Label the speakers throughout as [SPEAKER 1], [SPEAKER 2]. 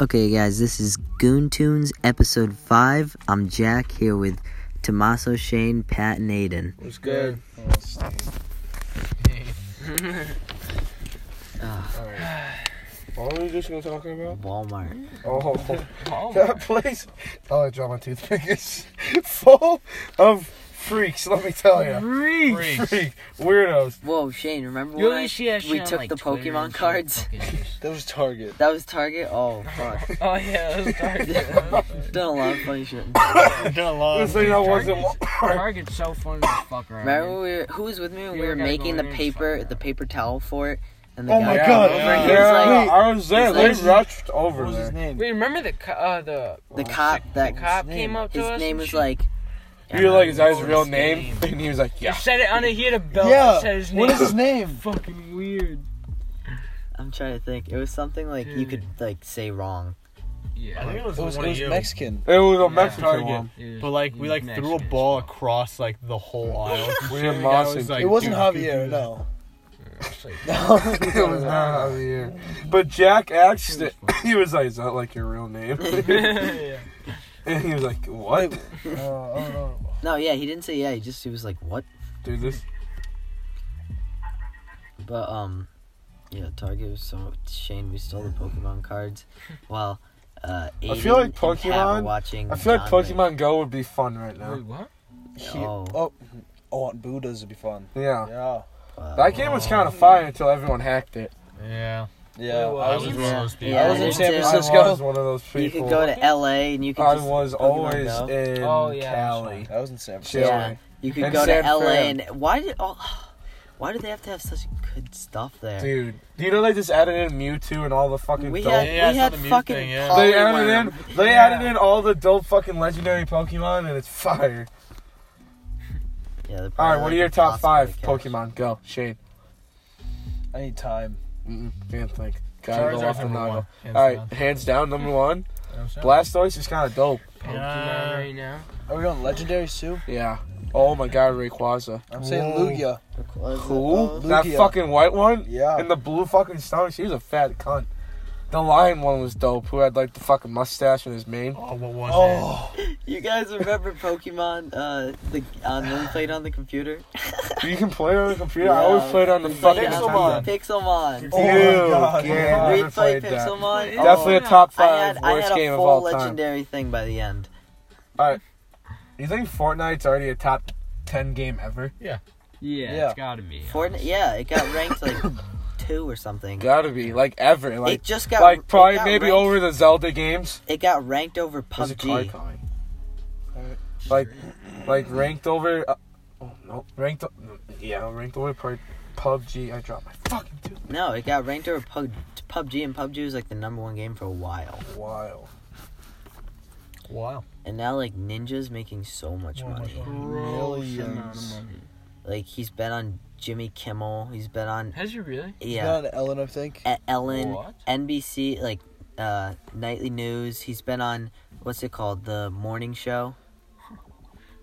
[SPEAKER 1] Okay, guys, this is Goon Tunes episode 5. I'm Jack here with Tommaso, Shane, Pat, and Aiden.
[SPEAKER 2] What's good? What are we just gonna talk about?
[SPEAKER 1] Walmart.
[SPEAKER 2] Oh, that place. Oh, I dropped my toothpick. It's full of freaks, let me tell you.
[SPEAKER 3] Freaks.
[SPEAKER 2] Freak, weirdos.
[SPEAKER 1] Whoa, Shane, remember
[SPEAKER 3] You
[SPEAKER 1] when
[SPEAKER 3] only
[SPEAKER 1] I-
[SPEAKER 3] see that shit
[SPEAKER 1] we
[SPEAKER 3] on,
[SPEAKER 1] took
[SPEAKER 3] like,
[SPEAKER 1] the
[SPEAKER 3] Twitter
[SPEAKER 1] Pokemon
[SPEAKER 3] and shit.
[SPEAKER 1] cards?
[SPEAKER 3] Fucking-
[SPEAKER 2] That was Target.
[SPEAKER 1] That was Target? Oh, fuck.
[SPEAKER 3] oh yeah, it was Target.
[SPEAKER 1] Done a lot of funny shit.
[SPEAKER 2] This thing that wasn't.
[SPEAKER 3] Target's so fun to fuck around.
[SPEAKER 1] Remember
[SPEAKER 3] Remember?
[SPEAKER 1] when we were, who was with me when
[SPEAKER 3] You
[SPEAKER 1] we were
[SPEAKER 3] gotta go
[SPEAKER 1] making
[SPEAKER 3] in
[SPEAKER 1] the
[SPEAKER 3] there and
[SPEAKER 1] paper,
[SPEAKER 3] fuck
[SPEAKER 1] the paper towel for it? And
[SPEAKER 4] Oh my
[SPEAKER 1] guy-
[SPEAKER 4] God.
[SPEAKER 1] Over, he
[SPEAKER 2] Yeah,
[SPEAKER 1] was like,
[SPEAKER 2] I was there.
[SPEAKER 1] he's like-
[SPEAKER 2] They rushed over
[SPEAKER 4] What was his
[SPEAKER 2] there.
[SPEAKER 4] name?
[SPEAKER 3] Wait, remember the co- uh, the
[SPEAKER 1] the cop, that
[SPEAKER 3] the cop
[SPEAKER 4] name?
[SPEAKER 3] came up to us.
[SPEAKER 1] his name
[SPEAKER 3] and
[SPEAKER 1] was
[SPEAKER 3] shit?
[SPEAKER 1] like,
[SPEAKER 2] You were like, is that his
[SPEAKER 3] What's
[SPEAKER 2] real
[SPEAKER 3] his
[SPEAKER 2] name? And he was like,
[SPEAKER 3] He
[SPEAKER 2] yeah.
[SPEAKER 3] said it on a he had a belt.
[SPEAKER 4] Yeah.
[SPEAKER 3] Yeah. Said his name.
[SPEAKER 4] What is his name?
[SPEAKER 3] Fucking weird.
[SPEAKER 1] I'm trying to think. It was something like you could, like, say wrong.
[SPEAKER 3] Yeah.
[SPEAKER 5] think
[SPEAKER 4] It was, it was Mexican.
[SPEAKER 2] It was a Mexican
[SPEAKER 5] Target.
[SPEAKER 2] one.
[SPEAKER 5] But like we like threw a ball across like the whole aisle.
[SPEAKER 2] We
[SPEAKER 5] The
[SPEAKER 2] didn't
[SPEAKER 5] guy
[SPEAKER 2] moss
[SPEAKER 5] was
[SPEAKER 2] it.
[SPEAKER 5] like,
[SPEAKER 4] it wasn't
[SPEAKER 5] "Dude,
[SPEAKER 4] Javier, no.
[SPEAKER 2] It was not out of the air. But Jack asked it. He was like, is that like your real name? And he was like, what?
[SPEAKER 4] Uh, I don't know.
[SPEAKER 1] No, yeah, he didn't say yeah. He just, he was like, what?
[SPEAKER 2] Dude, this
[SPEAKER 1] But um, yeah, Target was so Shane. We stole the Pokemon cards. While uh,
[SPEAKER 2] I
[SPEAKER 1] Aiden
[SPEAKER 2] feel like
[SPEAKER 1] and Pat were
[SPEAKER 2] Pokemon-
[SPEAKER 1] Watching
[SPEAKER 2] I feel like
[SPEAKER 1] John Wick.
[SPEAKER 2] Pokemon Go would be fun right now.
[SPEAKER 3] Wait, what?
[SPEAKER 4] He-
[SPEAKER 1] Oh.
[SPEAKER 4] oh, I want Buddhas would be fun.
[SPEAKER 2] Yeah.
[SPEAKER 4] Yeah.
[SPEAKER 1] Wow.
[SPEAKER 2] That game was kind of fire until everyone hacked it.
[SPEAKER 5] Yeah.
[SPEAKER 4] Yeah.
[SPEAKER 3] Wait,
[SPEAKER 5] I
[SPEAKER 4] I
[SPEAKER 5] was
[SPEAKER 4] was,
[SPEAKER 5] one of those people.
[SPEAKER 1] Yeah,
[SPEAKER 4] I was in
[SPEAKER 1] there's
[SPEAKER 4] San
[SPEAKER 1] a-
[SPEAKER 4] Francisco.
[SPEAKER 2] I was one of those
[SPEAKER 1] You
[SPEAKER 2] people.
[SPEAKER 1] could go to LA and you could.
[SPEAKER 2] I
[SPEAKER 1] just
[SPEAKER 2] was
[SPEAKER 1] Pokemon
[SPEAKER 2] always
[SPEAKER 1] Go.
[SPEAKER 2] in
[SPEAKER 3] Oh, yeah, that's
[SPEAKER 2] Cali.
[SPEAKER 4] I was in San Francisco.
[SPEAKER 1] Yeah, you could
[SPEAKER 2] And
[SPEAKER 1] go
[SPEAKER 2] San
[SPEAKER 1] to LA
[SPEAKER 2] Fran.
[SPEAKER 1] and why did all? Why do they have to have such good stuff there?
[SPEAKER 2] Dude, do you know they just added in Mewtwo and all the fucking
[SPEAKER 1] we
[SPEAKER 2] dope?
[SPEAKER 1] had,
[SPEAKER 5] Yeah, I
[SPEAKER 1] we
[SPEAKER 5] saw
[SPEAKER 1] had
[SPEAKER 5] the mute
[SPEAKER 1] fucking.
[SPEAKER 5] thing, yeah.
[SPEAKER 2] they added in
[SPEAKER 1] Poliwhirl.
[SPEAKER 2] they
[SPEAKER 3] Yeah.
[SPEAKER 2] added in all the dope fucking legendary Pokemon and it's fire.
[SPEAKER 1] Yeah, they're probably,
[SPEAKER 2] All right, what
[SPEAKER 1] like,
[SPEAKER 2] are your top
[SPEAKER 1] impossible
[SPEAKER 2] five
[SPEAKER 1] to catch.
[SPEAKER 2] Pokemon? Go, Shane.
[SPEAKER 4] I need time.
[SPEAKER 2] Mm-mm, can't think. Gotta go off
[SPEAKER 5] Charizard's
[SPEAKER 2] the
[SPEAKER 5] number
[SPEAKER 2] noggin.
[SPEAKER 5] one. hands
[SPEAKER 2] All right,
[SPEAKER 5] down.
[SPEAKER 2] hands down, number one.
[SPEAKER 5] Hands down.
[SPEAKER 2] Blastoise is kind of dope.
[SPEAKER 3] Pokemon
[SPEAKER 5] Yeah.
[SPEAKER 3] right now.
[SPEAKER 4] Are we going legendary Sue?
[SPEAKER 2] Yeah. Oh my God, Rayquaza.
[SPEAKER 4] I'm saying
[SPEAKER 5] Whoa.
[SPEAKER 4] Lugia.
[SPEAKER 1] Because of
[SPEAKER 2] Cool.
[SPEAKER 1] all-
[SPEAKER 2] That
[SPEAKER 4] Lugia.
[SPEAKER 2] fucking white one.
[SPEAKER 4] Yeah.
[SPEAKER 2] And the blue fucking stomach, she was a fat cunt. The lion one was dope, who had like the fucking mustache in his mane.
[SPEAKER 5] Oh, what was
[SPEAKER 4] Oh,
[SPEAKER 1] You guys remember Pokemon? Uh, the on when we played on the computer.
[SPEAKER 2] You can play it on the computer.
[SPEAKER 1] Yeah,
[SPEAKER 2] I always played it on the
[SPEAKER 1] we
[SPEAKER 2] fucking
[SPEAKER 1] played on
[SPEAKER 2] computer.
[SPEAKER 1] the Pixelmon.
[SPEAKER 4] Oh my
[SPEAKER 2] Ew,
[SPEAKER 4] God.
[SPEAKER 2] yeah, I
[SPEAKER 1] we
[SPEAKER 2] never
[SPEAKER 1] played
[SPEAKER 2] played that.
[SPEAKER 1] Pixelmon.
[SPEAKER 3] Oh,
[SPEAKER 2] Definitely a
[SPEAKER 3] yeah.
[SPEAKER 2] top
[SPEAKER 1] I
[SPEAKER 2] five
[SPEAKER 1] had, I
[SPEAKER 2] worst
[SPEAKER 1] had
[SPEAKER 2] game
[SPEAKER 1] a
[SPEAKER 2] of
[SPEAKER 1] full
[SPEAKER 2] all time.
[SPEAKER 1] legendary thing by the end.
[SPEAKER 2] You think Fortnite's already a top ten game ever?
[SPEAKER 3] Yeah,
[SPEAKER 4] Yeah.
[SPEAKER 3] it's gotta be.
[SPEAKER 1] Fortnite, yeah, it got ranked like two or something.
[SPEAKER 2] Gotta be like ever, like
[SPEAKER 1] it just got
[SPEAKER 2] like
[SPEAKER 1] it
[SPEAKER 2] probably
[SPEAKER 1] got
[SPEAKER 2] maybe
[SPEAKER 1] ranked,
[SPEAKER 2] over the Zelda games.
[SPEAKER 1] It got ranked over
[SPEAKER 2] There's a car
[SPEAKER 1] PUBG.
[SPEAKER 2] coming. Like, like ranked over. Uh, oh no, ranked. o- Yeah, ranked over part PUBG. I dropped my fucking tooth.
[SPEAKER 1] No, it got ranked over Pug- PUBG, and PUBG was like the number one game for a while.
[SPEAKER 2] Wow.
[SPEAKER 5] it? Wow.
[SPEAKER 1] And now like Ninja's making so much
[SPEAKER 2] Oh
[SPEAKER 1] money.
[SPEAKER 4] millions.
[SPEAKER 1] Like he's been on Jimmy Kimmel. He's been on
[SPEAKER 3] Has he really?
[SPEAKER 1] yeah
[SPEAKER 4] Not Ellen, I think.
[SPEAKER 1] at E-, Ellen,
[SPEAKER 3] What?
[SPEAKER 1] NBC like uh nightly news. He's been on what's it called the morning show.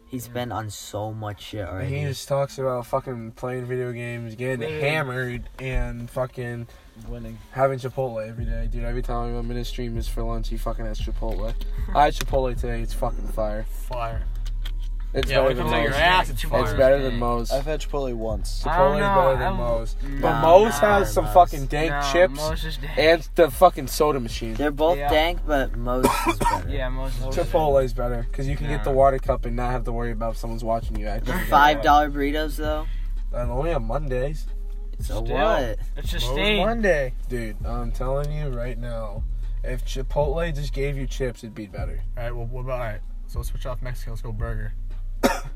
[SPEAKER 1] He's been on so much shit already.
[SPEAKER 2] He just talks about fucking playing video games, getting
[SPEAKER 3] Literally.
[SPEAKER 2] hammered, and fucking
[SPEAKER 4] Winning.
[SPEAKER 2] having Chipotle every day, dude. Every time I'm in his stream is for lunch, he fucking has Chipotle. I had Chipotle today. It's fucking fire.
[SPEAKER 5] Fire.
[SPEAKER 2] It's
[SPEAKER 5] yeah, when
[SPEAKER 2] better
[SPEAKER 5] it
[SPEAKER 2] than
[SPEAKER 5] comes out your
[SPEAKER 2] most.
[SPEAKER 5] ass, it's fire.
[SPEAKER 2] It's better than most.
[SPEAKER 4] I've had Chipotle once.
[SPEAKER 3] I don't
[SPEAKER 2] Chipotle is
[SPEAKER 3] know,
[SPEAKER 2] better than
[SPEAKER 3] I'm-
[SPEAKER 2] most. But
[SPEAKER 1] Nah,
[SPEAKER 2] Moe's
[SPEAKER 1] nah,
[SPEAKER 2] has some
[SPEAKER 1] Moe's.
[SPEAKER 2] fucking dank
[SPEAKER 3] Nah,
[SPEAKER 2] chips
[SPEAKER 3] Moe's is dead.
[SPEAKER 2] and the fucking soda machine.
[SPEAKER 1] They're both
[SPEAKER 3] Yeah.
[SPEAKER 1] dank, but Moe's is better.
[SPEAKER 3] Yeah, most. of them.
[SPEAKER 2] Chipotle is better because you can get the
[SPEAKER 3] Nah.
[SPEAKER 2] water cup and not have to worry about if someone's watching you. Actually, get
[SPEAKER 1] Five
[SPEAKER 2] it.
[SPEAKER 1] dollar burritos though.
[SPEAKER 2] And only on Mondays,
[SPEAKER 1] So
[SPEAKER 3] Still.
[SPEAKER 1] what?
[SPEAKER 3] It's a
[SPEAKER 5] Moe's
[SPEAKER 3] stain.
[SPEAKER 4] Monday.
[SPEAKER 2] dude. I'm telling you right now, if Chipotle just gave you chips, it'd be better.
[SPEAKER 5] All right. Well, what about all right? So let's switch off Mexico. Let's go burger.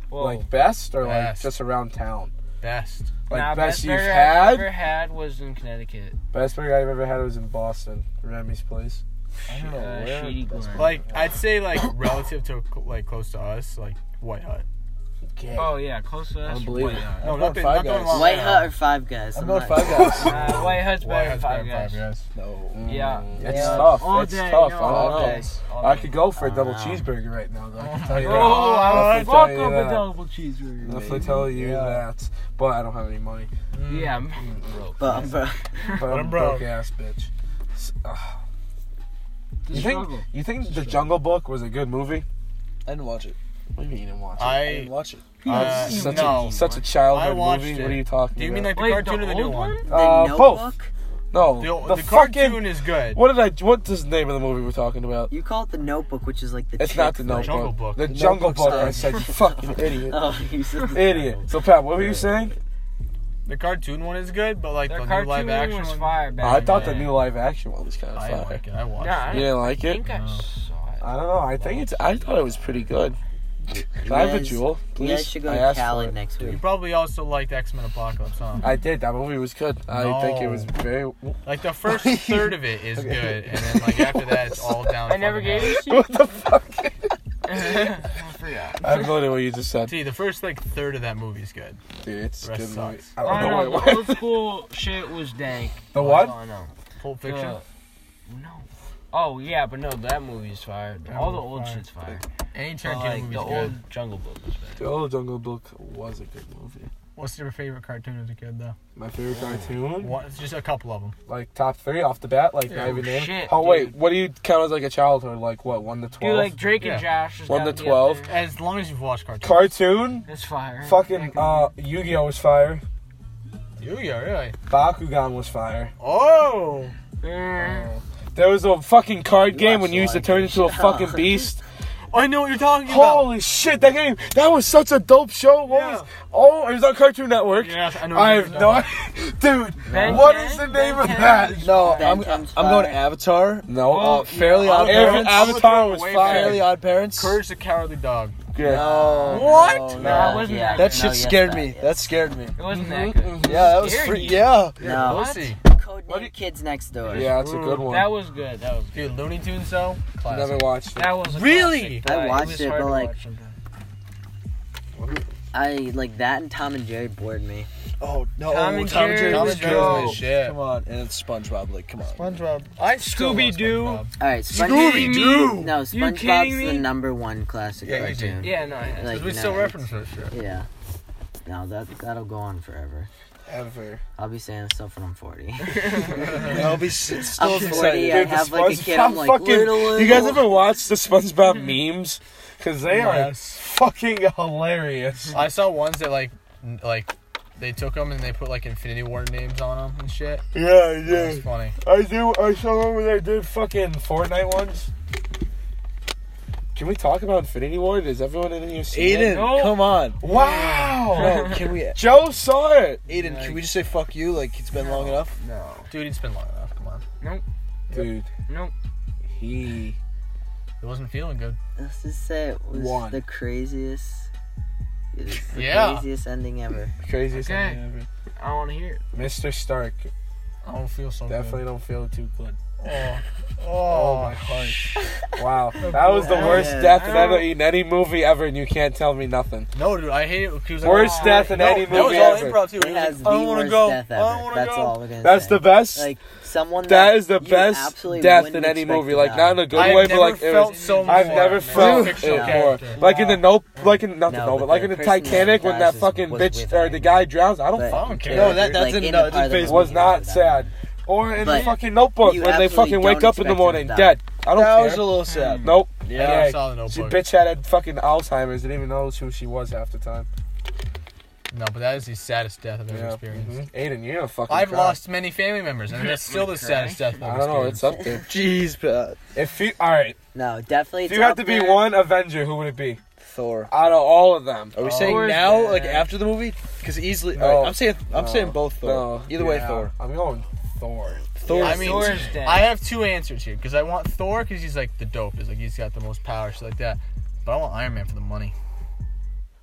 [SPEAKER 3] Whoa.
[SPEAKER 2] Like best or like
[SPEAKER 5] Best.
[SPEAKER 2] just around town.
[SPEAKER 5] Best.
[SPEAKER 2] Like
[SPEAKER 3] Nah,
[SPEAKER 2] best, you've
[SPEAKER 3] burger
[SPEAKER 2] had.
[SPEAKER 3] I've ever had was in Connecticut.
[SPEAKER 2] Best burger I've ever had was in Boston, Remy's place.
[SPEAKER 4] I don't know
[SPEAKER 2] Oh,
[SPEAKER 3] Uh,
[SPEAKER 4] where.
[SPEAKER 3] Shady Glen.
[SPEAKER 5] Like I'd say like relative to like close to us like White Hut.
[SPEAKER 2] Okay.
[SPEAKER 3] oh yeah, close to us.
[SPEAKER 2] Unbelievable.
[SPEAKER 3] White Hut.
[SPEAKER 5] No,
[SPEAKER 4] I'm
[SPEAKER 5] not
[SPEAKER 4] going
[SPEAKER 5] the,
[SPEAKER 4] Five
[SPEAKER 5] not the
[SPEAKER 4] Guys.
[SPEAKER 5] Long
[SPEAKER 1] White
[SPEAKER 5] Island.
[SPEAKER 1] Hut or Five Guys?
[SPEAKER 4] I'm
[SPEAKER 1] I'm
[SPEAKER 4] going
[SPEAKER 1] not-
[SPEAKER 4] Five Guys.
[SPEAKER 3] Uh, White Hut's
[SPEAKER 5] White
[SPEAKER 3] better than
[SPEAKER 5] Hut's
[SPEAKER 3] Five
[SPEAKER 5] better than
[SPEAKER 3] Guys.
[SPEAKER 2] Oh,
[SPEAKER 4] no. Oh,
[SPEAKER 3] Yeah.
[SPEAKER 2] It's
[SPEAKER 4] Yeah.
[SPEAKER 2] tough.
[SPEAKER 3] All
[SPEAKER 2] it's
[SPEAKER 3] day,
[SPEAKER 2] tough.
[SPEAKER 3] no,
[SPEAKER 2] I
[SPEAKER 3] all
[SPEAKER 2] don't know.
[SPEAKER 3] day, all
[SPEAKER 2] I
[SPEAKER 3] day.
[SPEAKER 2] could go for a double
[SPEAKER 1] Oh, no.
[SPEAKER 2] cheeseburger right now, though. I can tell you that.
[SPEAKER 3] Oh, I would
[SPEAKER 2] I'll
[SPEAKER 3] fuck
[SPEAKER 2] tell
[SPEAKER 3] up
[SPEAKER 2] you
[SPEAKER 3] a
[SPEAKER 2] that.
[SPEAKER 3] double cheeseburger. Mm.
[SPEAKER 2] I'll definitely tell you
[SPEAKER 4] Yeah.
[SPEAKER 2] that, but I don't have any money.
[SPEAKER 3] Yeah, I'm broke.
[SPEAKER 1] But I'm,
[SPEAKER 2] But I'm
[SPEAKER 5] I'm
[SPEAKER 2] broke
[SPEAKER 5] broke.
[SPEAKER 2] ass bitch. S- ugh.
[SPEAKER 3] The
[SPEAKER 2] You think
[SPEAKER 3] struggle.
[SPEAKER 2] you think the Jungle Book was a good movie?
[SPEAKER 4] I didn't watch it.
[SPEAKER 2] What do you mean you didn't watch it?
[SPEAKER 4] I didn't
[SPEAKER 5] I
[SPEAKER 4] watch it.
[SPEAKER 5] uh,
[SPEAKER 2] such
[SPEAKER 5] no.
[SPEAKER 2] a such a
[SPEAKER 5] I
[SPEAKER 2] childhood
[SPEAKER 5] watched
[SPEAKER 2] movie.
[SPEAKER 5] it.
[SPEAKER 2] What are you talking?
[SPEAKER 5] Do you
[SPEAKER 2] about?
[SPEAKER 5] mean like the
[SPEAKER 3] Wait,
[SPEAKER 5] cartoon or the new
[SPEAKER 3] old
[SPEAKER 5] one?
[SPEAKER 1] The
[SPEAKER 2] Uh, both.
[SPEAKER 1] Notebook?
[SPEAKER 2] No,
[SPEAKER 5] The,
[SPEAKER 2] the,
[SPEAKER 5] the
[SPEAKER 2] fucking.
[SPEAKER 5] cartoon is good.
[SPEAKER 2] What did I? What's the name of the movie we're talking about?
[SPEAKER 1] You call it the Notebook, which is like the.
[SPEAKER 2] It's not
[SPEAKER 1] chick
[SPEAKER 2] the
[SPEAKER 1] flick.
[SPEAKER 2] Notebook.
[SPEAKER 5] Jungle Book.
[SPEAKER 2] The,
[SPEAKER 4] The
[SPEAKER 2] Jungle
[SPEAKER 4] Notebook's
[SPEAKER 2] Book. I
[SPEAKER 4] good.
[SPEAKER 2] said, you fucking idiot,
[SPEAKER 1] Oh, you said the
[SPEAKER 2] idiot. So Pat, what were you saying?
[SPEAKER 5] The cartoon one is good, but like
[SPEAKER 3] Their
[SPEAKER 5] the new
[SPEAKER 3] cartoon
[SPEAKER 5] live action
[SPEAKER 3] was
[SPEAKER 5] one-
[SPEAKER 3] fire back
[SPEAKER 2] I thought
[SPEAKER 3] then.
[SPEAKER 2] the new live action one was kind of
[SPEAKER 5] I
[SPEAKER 2] fire.
[SPEAKER 5] like it. I watched.
[SPEAKER 3] Nah,
[SPEAKER 5] it.
[SPEAKER 2] You didn't like
[SPEAKER 3] I
[SPEAKER 2] it?
[SPEAKER 3] think I saw it.
[SPEAKER 2] I don't know. I think it's. I thought it was pretty good. Can I have a
[SPEAKER 1] guys-
[SPEAKER 2] jewel,
[SPEAKER 1] You
[SPEAKER 2] please?
[SPEAKER 1] guys should go
[SPEAKER 2] I
[SPEAKER 1] to
[SPEAKER 2] asked for
[SPEAKER 1] Khaled
[SPEAKER 2] it.
[SPEAKER 1] next
[SPEAKER 5] You
[SPEAKER 1] week.
[SPEAKER 5] probably also liked X Men Apocalypse, huh?
[SPEAKER 2] I did. That movie was good. I think it
[SPEAKER 5] No.
[SPEAKER 2] was very.
[SPEAKER 5] Like the first third of it is good, and then like after that it's all down.
[SPEAKER 3] I never
[SPEAKER 5] fucking
[SPEAKER 3] gave it to you.
[SPEAKER 2] What the fuck?
[SPEAKER 3] I forgot.
[SPEAKER 2] I have no idea what you just
[SPEAKER 5] hell.
[SPEAKER 2] said.
[SPEAKER 5] See, the first like third of that movie is good.
[SPEAKER 2] Dude, it's
[SPEAKER 5] The
[SPEAKER 2] a good
[SPEAKER 5] rest
[SPEAKER 2] movie.
[SPEAKER 5] sucks.
[SPEAKER 2] I
[SPEAKER 3] I
[SPEAKER 2] don't know
[SPEAKER 3] know.
[SPEAKER 2] what
[SPEAKER 3] The
[SPEAKER 2] it
[SPEAKER 3] old school shit was dank.
[SPEAKER 2] The
[SPEAKER 3] That's
[SPEAKER 2] what?
[SPEAKER 3] all I know.
[SPEAKER 5] Pulp Fiction.
[SPEAKER 3] The- no. Oh yeah, but no, that movie's fire.
[SPEAKER 5] That
[SPEAKER 3] All the
[SPEAKER 5] movie's
[SPEAKER 3] old
[SPEAKER 5] fire.
[SPEAKER 3] shit's fire.
[SPEAKER 5] Any
[SPEAKER 3] But,
[SPEAKER 5] Tarantino
[SPEAKER 3] like,
[SPEAKER 5] movie
[SPEAKER 3] the
[SPEAKER 5] is good.
[SPEAKER 3] old Jungle Book was bad.
[SPEAKER 2] The old Jungle Book was a good movie.
[SPEAKER 5] What's your favorite cartoon as a kid, though?
[SPEAKER 2] My favorite cartoon,
[SPEAKER 5] One, just a couple of them.
[SPEAKER 2] like top three off the bat, like not
[SPEAKER 3] Oh,
[SPEAKER 2] even named.
[SPEAKER 3] shit,
[SPEAKER 2] oh wait,
[SPEAKER 3] dude.
[SPEAKER 2] what do you count as like a childhood? Like what, one to
[SPEAKER 3] Dude,
[SPEAKER 2] twelve?
[SPEAKER 3] like Drake and Josh. has
[SPEAKER 2] One to
[SPEAKER 3] gotta be up
[SPEAKER 2] 12.
[SPEAKER 3] there.
[SPEAKER 5] As long as you've watched cartoons.
[SPEAKER 2] Cartoon,
[SPEAKER 3] It's fire.
[SPEAKER 2] fucking uh, Yu-Gi-Oh was fire.
[SPEAKER 5] Yu Gi Oh, really?
[SPEAKER 2] Bakugan was fire.
[SPEAKER 5] Oh!
[SPEAKER 3] Mm.
[SPEAKER 2] There was a fucking card
[SPEAKER 1] You
[SPEAKER 2] game
[SPEAKER 1] watched
[SPEAKER 2] when you used
[SPEAKER 1] a lot
[SPEAKER 2] to
[SPEAKER 1] of
[SPEAKER 2] turn
[SPEAKER 1] good
[SPEAKER 2] into a
[SPEAKER 1] shit,
[SPEAKER 2] fucking
[SPEAKER 1] huh?
[SPEAKER 2] beast.
[SPEAKER 5] I know what you're talking about.
[SPEAKER 2] Holy shit, that game! That was such a dope show. What
[SPEAKER 5] Yeah.
[SPEAKER 2] was? Oh, it was on Cartoon Network.
[SPEAKER 5] Yes, I know.
[SPEAKER 2] I
[SPEAKER 5] what
[SPEAKER 2] have
[SPEAKER 5] you're
[SPEAKER 2] no,
[SPEAKER 5] talking
[SPEAKER 2] dude.
[SPEAKER 3] Ben
[SPEAKER 2] what
[SPEAKER 3] 10?
[SPEAKER 2] is the
[SPEAKER 3] Ben
[SPEAKER 2] name of
[SPEAKER 3] 10?
[SPEAKER 2] that?
[SPEAKER 4] No,
[SPEAKER 1] Ben
[SPEAKER 4] I'm,
[SPEAKER 1] 10's
[SPEAKER 4] I'm going
[SPEAKER 1] fire.
[SPEAKER 4] Avatar.
[SPEAKER 2] No.
[SPEAKER 4] Uh, Fairly Odd
[SPEAKER 2] Every-
[SPEAKER 4] Parents.
[SPEAKER 2] Avatar was
[SPEAKER 5] Way
[SPEAKER 2] fire.
[SPEAKER 4] Fairly Odd Parents.
[SPEAKER 5] about. Courage the Cowardly Dog.
[SPEAKER 2] Yeah.
[SPEAKER 4] No.
[SPEAKER 5] What?
[SPEAKER 4] no,
[SPEAKER 3] No, it
[SPEAKER 4] no.
[SPEAKER 3] wasn't
[SPEAKER 1] yeah.
[SPEAKER 3] that.
[SPEAKER 4] That
[SPEAKER 3] good.
[SPEAKER 4] shit
[SPEAKER 1] yes,
[SPEAKER 4] scared
[SPEAKER 1] that,
[SPEAKER 4] me.
[SPEAKER 1] yes.
[SPEAKER 4] That scared me.
[SPEAKER 3] It wasn't that
[SPEAKER 2] Mhm,
[SPEAKER 3] good.
[SPEAKER 2] mhm.
[SPEAKER 4] Yeah, that was
[SPEAKER 3] Scared
[SPEAKER 4] free.
[SPEAKER 3] you?
[SPEAKER 4] Yeah.
[SPEAKER 1] No.
[SPEAKER 5] Pussy.
[SPEAKER 2] What do you-
[SPEAKER 1] Codename Kids Next Door.
[SPEAKER 2] Yeah, that's a good one.
[SPEAKER 3] That was good. That was
[SPEAKER 5] Dude, Looney Tunes, though? Classic.
[SPEAKER 2] Never watched it.
[SPEAKER 3] that was a
[SPEAKER 5] Really?
[SPEAKER 3] classic, but
[SPEAKER 1] I watched
[SPEAKER 3] was
[SPEAKER 1] it,
[SPEAKER 3] hard
[SPEAKER 1] but,
[SPEAKER 3] to
[SPEAKER 1] like-
[SPEAKER 3] watch sometimes.
[SPEAKER 1] I like that and Tom and Jerry bored me.
[SPEAKER 4] Oh no.
[SPEAKER 3] Tom and Jerry
[SPEAKER 4] Tom
[SPEAKER 3] was
[SPEAKER 4] and Jerry
[SPEAKER 3] dope.
[SPEAKER 4] was my shit.
[SPEAKER 5] Shit.
[SPEAKER 4] Come on, and it's SpongeBob. Like, come on.
[SPEAKER 5] SpongeBob. I still love
[SPEAKER 3] Scooby-Doo.
[SPEAKER 5] SpongeBob.
[SPEAKER 1] All right,
[SPEAKER 3] Scooby Doo.
[SPEAKER 1] No,
[SPEAKER 3] You kidding
[SPEAKER 1] SpongeBob's
[SPEAKER 3] me?
[SPEAKER 1] the number one classic
[SPEAKER 5] Yeah, you
[SPEAKER 1] cartoon.
[SPEAKER 5] do.
[SPEAKER 3] Yeah, no. Yeah.
[SPEAKER 1] Like,
[SPEAKER 5] 'Cause we
[SPEAKER 1] no,
[SPEAKER 5] still
[SPEAKER 1] it's-
[SPEAKER 5] reference that shit.
[SPEAKER 1] Yeah. No, that that'll go on forever.
[SPEAKER 2] Ever.
[SPEAKER 1] I'll be saying stuff when I'm 40.
[SPEAKER 4] I'll be s- still
[SPEAKER 1] I'm 40.
[SPEAKER 4] excited.
[SPEAKER 1] I
[SPEAKER 2] Dude, the
[SPEAKER 1] have like a kid. I'm
[SPEAKER 2] SpongeBob
[SPEAKER 1] like
[SPEAKER 2] fucking-
[SPEAKER 1] little,
[SPEAKER 2] You guys
[SPEAKER 1] little.
[SPEAKER 2] ever watch the SpongeBob memes? Cause they are
[SPEAKER 5] Yes.
[SPEAKER 2] fucking hilarious.
[SPEAKER 5] I saw ones that, like, n- like they took them and they put, like, Infinity War names on them and shit.
[SPEAKER 2] Yeah,
[SPEAKER 5] It
[SPEAKER 2] yeah.
[SPEAKER 5] was funny.
[SPEAKER 2] I do. I saw one where they did fucking Fortnite ones. Can we talk about Infinity Ward? Is everyone in here seen
[SPEAKER 4] Aiden,
[SPEAKER 2] it?
[SPEAKER 3] No.
[SPEAKER 4] come on.
[SPEAKER 2] Wow.
[SPEAKER 4] No, can we? Aiden,
[SPEAKER 2] Joe saw it.
[SPEAKER 4] can we just say fuck you? Like, it's been long enough.
[SPEAKER 3] No.
[SPEAKER 5] Dude, it's been long enough. Come on.
[SPEAKER 2] Dude.
[SPEAKER 3] Nope.
[SPEAKER 2] He.
[SPEAKER 5] It wasn't feeling good.
[SPEAKER 1] Let's just say it was
[SPEAKER 2] One.
[SPEAKER 1] the craziest. It is the
[SPEAKER 5] Yeah.
[SPEAKER 1] craziest ending ever.
[SPEAKER 2] Craziest
[SPEAKER 3] Okay.
[SPEAKER 2] thing ever.
[SPEAKER 3] I want to hear it.
[SPEAKER 2] Mr. Stark.
[SPEAKER 5] I don't feel so
[SPEAKER 2] Definitely don't feel too good.
[SPEAKER 5] good. Definitely.
[SPEAKER 2] Oh,
[SPEAKER 5] Oh, oh,
[SPEAKER 2] my heart. wow. That was the worst
[SPEAKER 1] Yeah.
[SPEAKER 2] death in any, in any movie ever, and you can't tell me nothing.
[SPEAKER 5] No, dude, I hate it. 'cause Like, oh.
[SPEAKER 2] Worst death in
[SPEAKER 5] no,
[SPEAKER 2] any
[SPEAKER 5] That was
[SPEAKER 2] movie
[SPEAKER 5] all
[SPEAKER 2] ever.
[SPEAKER 5] improv too.
[SPEAKER 1] It
[SPEAKER 5] He was
[SPEAKER 1] has
[SPEAKER 5] like, I
[SPEAKER 1] the
[SPEAKER 5] don't want
[SPEAKER 1] worst
[SPEAKER 5] to go.
[SPEAKER 1] death
[SPEAKER 5] I
[SPEAKER 1] ever.
[SPEAKER 5] don't want to
[SPEAKER 1] That's
[SPEAKER 5] go.
[SPEAKER 1] all we're gonna
[SPEAKER 2] That's
[SPEAKER 1] say.
[SPEAKER 2] the best.
[SPEAKER 1] Like someone that,
[SPEAKER 2] that is the
[SPEAKER 1] you
[SPEAKER 2] best
[SPEAKER 1] absolutely
[SPEAKER 2] death
[SPEAKER 1] wouldn't
[SPEAKER 2] in any
[SPEAKER 1] expect
[SPEAKER 2] movie.
[SPEAKER 1] to
[SPEAKER 2] Like
[SPEAKER 1] die.
[SPEAKER 2] not in a good
[SPEAKER 5] I've
[SPEAKER 2] way, but
[SPEAKER 5] never
[SPEAKER 2] like it
[SPEAKER 5] felt
[SPEAKER 2] was.
[SPEAKER 5] so.
[SPEAKER 2] I've
[SPEAKER 5] before,
[SPEAKER 2] never
[SPEAKER 5] man.
[SPEAKER 2] felt
[SPEAKER 5] Fictional
[SPEAKER 2] it more.
[SPEAKER 5] character.
[SPEAKER 2] Like in the Nope, like in not the
[SPEAKER 1] No,
[SPEAKER 2] Nope,
[SPEAKER 1] but
[SPEAKER 2] like
[SPEAKER 1] the
[SPEAKER 2] in the
[SPEAKER 1] person that
[SPEAKER 2] Titanic when
[SPEAKER 1] dies
[SPEAKER 2] that
[SPEAKER 1] is-
[SPEAKER 2] fucking
[SPEAKER 1] was
[SPEAKER 2] bitch
[SPEAKER 1] with
[SPEAKER 2] or
[SPEAKER 1] Iron
[SPEAKER 2] the
[SPEAKER 1] Man.
[SPEAKER 2] guy drowns. I don't
[SPEAKER 1] But
[SPEAKER 5] fucking
[SPEAKER 1] the
[SPEAKER 5] care.
[SPEAKER 1] character-
[SPEAKER 4] No, that- that's
[SPEAKER 1] like,
[SPEAKER 4] in-
[SPEAKER 1] in
[SPEAKER 4] no,
[SPEAKER 1] the
[SPEAKER 4] it
[SPEAKER 1] part
[SPEAKER 4] just
[SPEAKER 1] that
[SPEAKER 4] basically
[SPEAKER 2] was
[SPEAKER 1] we
[SPEAKER 2] not
[SPEAKER 1] did.
[SPEAKER 2] sad. Or in the
[SPEAKER 1] But
[SPEAKER 2] fucking notebook
[SPEAKER 1] you
[SPEAKER 2] when they
[SPEAKER 1] absolutely
[SPEAKER 2] fucking wake
[SPEAKER 1] don't
[SPEAKER 2] up in the
[SPEAKER 1] expect
[SPEAKER 2] morning
[SPEAKER 1] them to
[SPEAKER 2] dead. I don't
[SPEAKER 4] That
[SPEAKER 2] care.
[SPEAKER 4] was a little sad.
[SPEAKER 3] Hmm.
[SPEAKER 2] nope.
[SPEAKER 5] Yeah, I
[SPEAKER 2] Yeah.
[SPEAKER 5] saw the
[SPEAKER 2] She
[SPEAKER 5] notebook.
[SPEAKER 2] bitch had, had fucking Alzheimer's. Didn't even know who she was half the time.
[SPEAKER 5] No, but that is the saddest death I've ever experienced.
[SPEAKER 2] Mhm. Aiden, you're a fucking.
[SPEAKER 5] I've
[SPEAKER 2] cop.
[SPEAKER 5] lost many family members, and that's still the saddest death I've
[SPEAKER 2] I don't know. It's
[SPEAKER 5] experienced.
[SPEAKER 2] up there.
[SPEAKER 4] Jeez, uh, Pat.
[SPEAKER 2] If you all right,
[SPEAKER 1] No, definitely.
[SPEAKER 2] if
[SPEAKER 1] it's
[SPEAKER 2] you had
[SPEAKER 1] up
[SPEAKER 2] to be
[SPEAKER 1] there.
[SPEAKER 2] one Avenger, who would it be?
[SPEAKER 4] Thor.
[SPEAKER 2] Out of all of them,
[SPEAKER 4] Are we
[SPEAKER 5] Oh.
[SPEAKER 4] saying
[SPEAKER 3] Thor's
[SPEAKER 4] now, like
[SPEAKER 3] dead.
[SPEAKER 4] after the movie? Because easily,
[SPEAKER 2] No.
[SPEAKER 4] all right, I'm saying I'm
[SPEAKER 2] No.
[SPEAKER 4] saying both Thor.
[SPEAKER 2] No.
[SPEAKER 4] Either way,
[SPEAKER 2] Yeah,
[SPEAKER 4] Thor.
[SPEAKER 2] I'm going Thor.
[SPEAKER 4] Thor.
[SPEAKER 5] I mean,
[SPEAKER 3] Thor's dead.
[SPEAKER 5] I have two answers here because I want Thor because he's like the dope, is like he's got the most power, shit like that. But I want Iron Man for the money.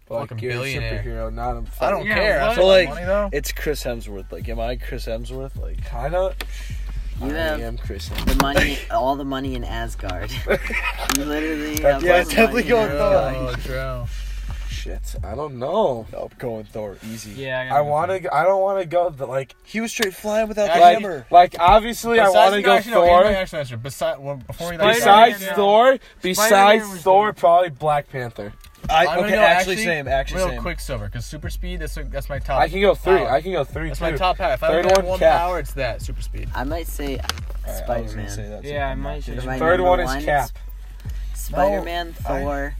[SPEAKER 2] Like,
[SPEAKER 5] Fucking
[SPEAKER 2] you're a
[SPEAKER 5] billionaire.
[SPEAKER 2] superhero, not a
[SPEAKER 5] I don't
[SPEAKER 3] Yeah,
[SPEAKER 5] care.
[SPEAKER 3] what?
[SPEAKER 5] I
[SPEAKER 4] So,
[SPEAKER 5] want
[SPEAKER 4] like-
[SPEAKER 5] the money, though.
[SPEAKER 4] it's Chris Hemsworth. Like, am I Chris Hemsworth? Like,
[SPEAKER 2] Kinda.
[SPEAKER 1] You
[SPEAKER 4] I
[SPEAKER 1] have
[SPEAKER 4] am Chris. Hemsworth.
[SPEAKER 1] the money, all the money in Asgard. you literally.
[SPEAKER 2] Yeah,
[SPEAKER 1] Have all
[SPEAKER 4] it's
[SPEAKER 1] the money
[SPEAKER 4] definitely
[SPEAKER 1] in
[SPEAKER 4] going
[SPEAKER 1] Asgard.
[SPEAKER 5] Oh, true.
[SPEAKER 2] Shit, I don't know.
[SPEAKER 4] No, Oh, I'm going Thor. Easy.
[SPEAKER 3] Yeah,
[SPEAKER 2] I want to. I don't want to go. The, like,
[SPEAKER 4] He was straight flying without the
[SPEAKER 5] Actually-
[SPEAKER 4] hammer.
[SPEAKER 2] like obviously, I want to
[SPEAKER 5] Besides-
[SPEAKER 2] go
[SPEAKER 5] actually, no,
[SPEAKER 2] Thor.
[SPEAKER 5] Iron Man, actually, that's true. Besi- well, before we-
[SPEAKER 3] Spider-Man.
[SPEAKER 2] Besides
[SPEAKER 3] Yeah.
[SPEAKER 2] Thor,
[SPEAKER 3] Spider-Man
[SPEAKER 2] besides
[SPEAKER 3] was
[SPEAKER 2] Thor,
[SPEAKER 3] good.
[SPEAKER 2] probably Black Panther.
[SPEAKER 5] I'm
[SPEAKER 4] I,
[SPEAKER 5] gonna
[SPEAKER 4] okay,
[SPEAKER 5] go
[SPEAKER 4] actually,
[SPEAKER 5] actually
[SPEAKER 4] same. Actually,
[SPEAKER 5] Real
[SPEAKER 4] same.
[SPEAKER 5] Quicksilver, because super speed. That's that's my top.
[SPEAKER 2] I can go three.
[SPEAKER 5] power.
[SPEAKER 2] I can go three.
[SPEAKER 5] That's
[SPEAKER 2] too.
[SPEAKER 5] my top power. If I
[SPEAKER 2] Third
[SPEAKER 5] only have
[SPEAKER 2] one,
[SPEAKER 5] one
[SPEAKER 2] Cap.
[SPEAKER 5] power, it's that super speed.
[SPEAKER 1] I might say
[SPEAKER 4] All right, I was
[SPEAKER 1] Spider
[SPEAKER 4] gonna say
[SPEAKER 1] Man.
[SPEAKER 4] that, too.
[SPEAKER 3] Yeah, I might just.
[SPEAKER 1] Right.
[SPEAKER 2] Third
[SPEAKER 1] Number
[SPEAKER 2] one is
[SPEAKER 1] one,
[SPEAKER 2] Cap.
[SPEAKER 1] Spider Man, Thor.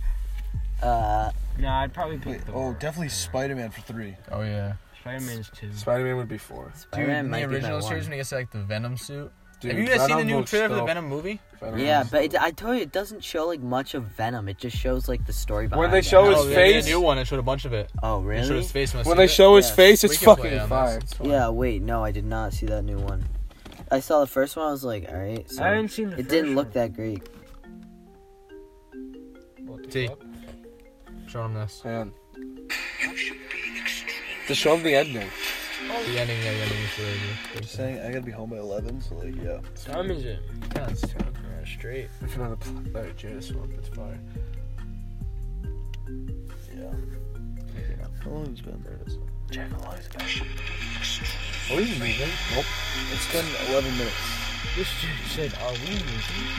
[SPEAKER 1] Uh,
[SPEAKER 3] No, I'd probably pick
[SPEAKER 4] Wait,
[SPEAKER 3] Thor.
[SPEAKER 4] oh, definitely Spider-Man for three.
[SPEAKER 5] Oh yeah,
[SPEAKER 3] Spider-Man's two.
[SPEAKER 2] Spider Man would be four.
[SPEAKER 5] dude.
[SPEAKER 1] Spider-Man
[SPEAKER 5] In the
[SPEAKER 1] might be
[SPEAKER 5] original
[SPEAKER 1] my
[SPEAKER 5] series, when
[SPEAKER 1] one.
[SPEAKER 5] he gets like the Venom suit.
[SPEAKER 2] Dude,
[SPEAKER 5] have you guys seen the
[SPEAKER 2] Venom
[SPEAKER 5] new
[SPEAKER 2] looks
[SPEAKER 5] trailer for the
[SPEAKER 2] dope.
[SPEAKER 5] Venom movie?
[SPEAKER 2] Venom
[SPEAKER 1] Yeah,
[SPEAKER 2] looks
[SPEAKER 1] but it,
[SPEAKER 2] dope.
[SPEAKER 1] I told you it doesn't show like much of Venom. It just shows like the story behind.
[SPEAKER 2] When they
[SPEAKER 1] it.
[SPEAKER 2] show Oh, his
[SPEAKER 5] No, they did
[SPEAKER 2] face,
[SPEAKER 5] a new one. It showed a bunch of it.
[SPEAKER 1] Oh
[SPEAKER 5] It showed
[SPEAKER 1] really?
[SPEAKER 5] his face. I
[SPEAKER 2] when
[SPEAKER 5] seen
[SPEAKER 2] they
[SPEAKER 5] it.
[SPEAKER 2] show his
[SPEAKER 1] Yeah.
[SPEAKER 2] face,
[SPEAKER 5] We
[SPEAKER 2] it's
[SPEAKER 5] can play
[SPEAKER 2] fucking
[SPEAKER 5] on this,
[SPEAKER 2] fire.
[SPEAKER 5] it's fine.
[SPEAKER 1] Yeah. Wait, no, I did not see that new one. I saw the first one. I was like, all right. So
[SPEAKER 3] I haven't seen the
[SPEAKER 1] it didn't
[SPEAKER 3] first
[SPEAKER 1] look
[SPEAKER 3] one.
[SPEAKER 1] that great.
[SPEAKER 3] What the
[SPEAKER 5] See.
[SPEAKER 3] fuck?
[SPEAKER 5] Show him
[SPEAKER 1] Oh.
[SPEAKER 5] this.
[SPEAKER 2] Man. Just show him the ending.
[SPEAKER 5] The ending. Yeah, the ending is really good.
[SPEAKER 4] Just saying, I gotta be home by eleven, so like, yeah.
[SPEAKER 3] What time is it?
[SPEAKER 5] Yeah, it's-
[SPEAKER 4] yeah straight.
[SPEAKER 2] If another pl- uh, Judas one, that's fire.
[SPEAKER 4] Yeah. How long has it been? There it is. Jack, how long has it been?
[SPEAKER 2] Are we leaving? Nope.
[SPEAKER 4] It's been eleven minutes.
[SPEAKER 3] This dude said, "Oh, "Are we moving?"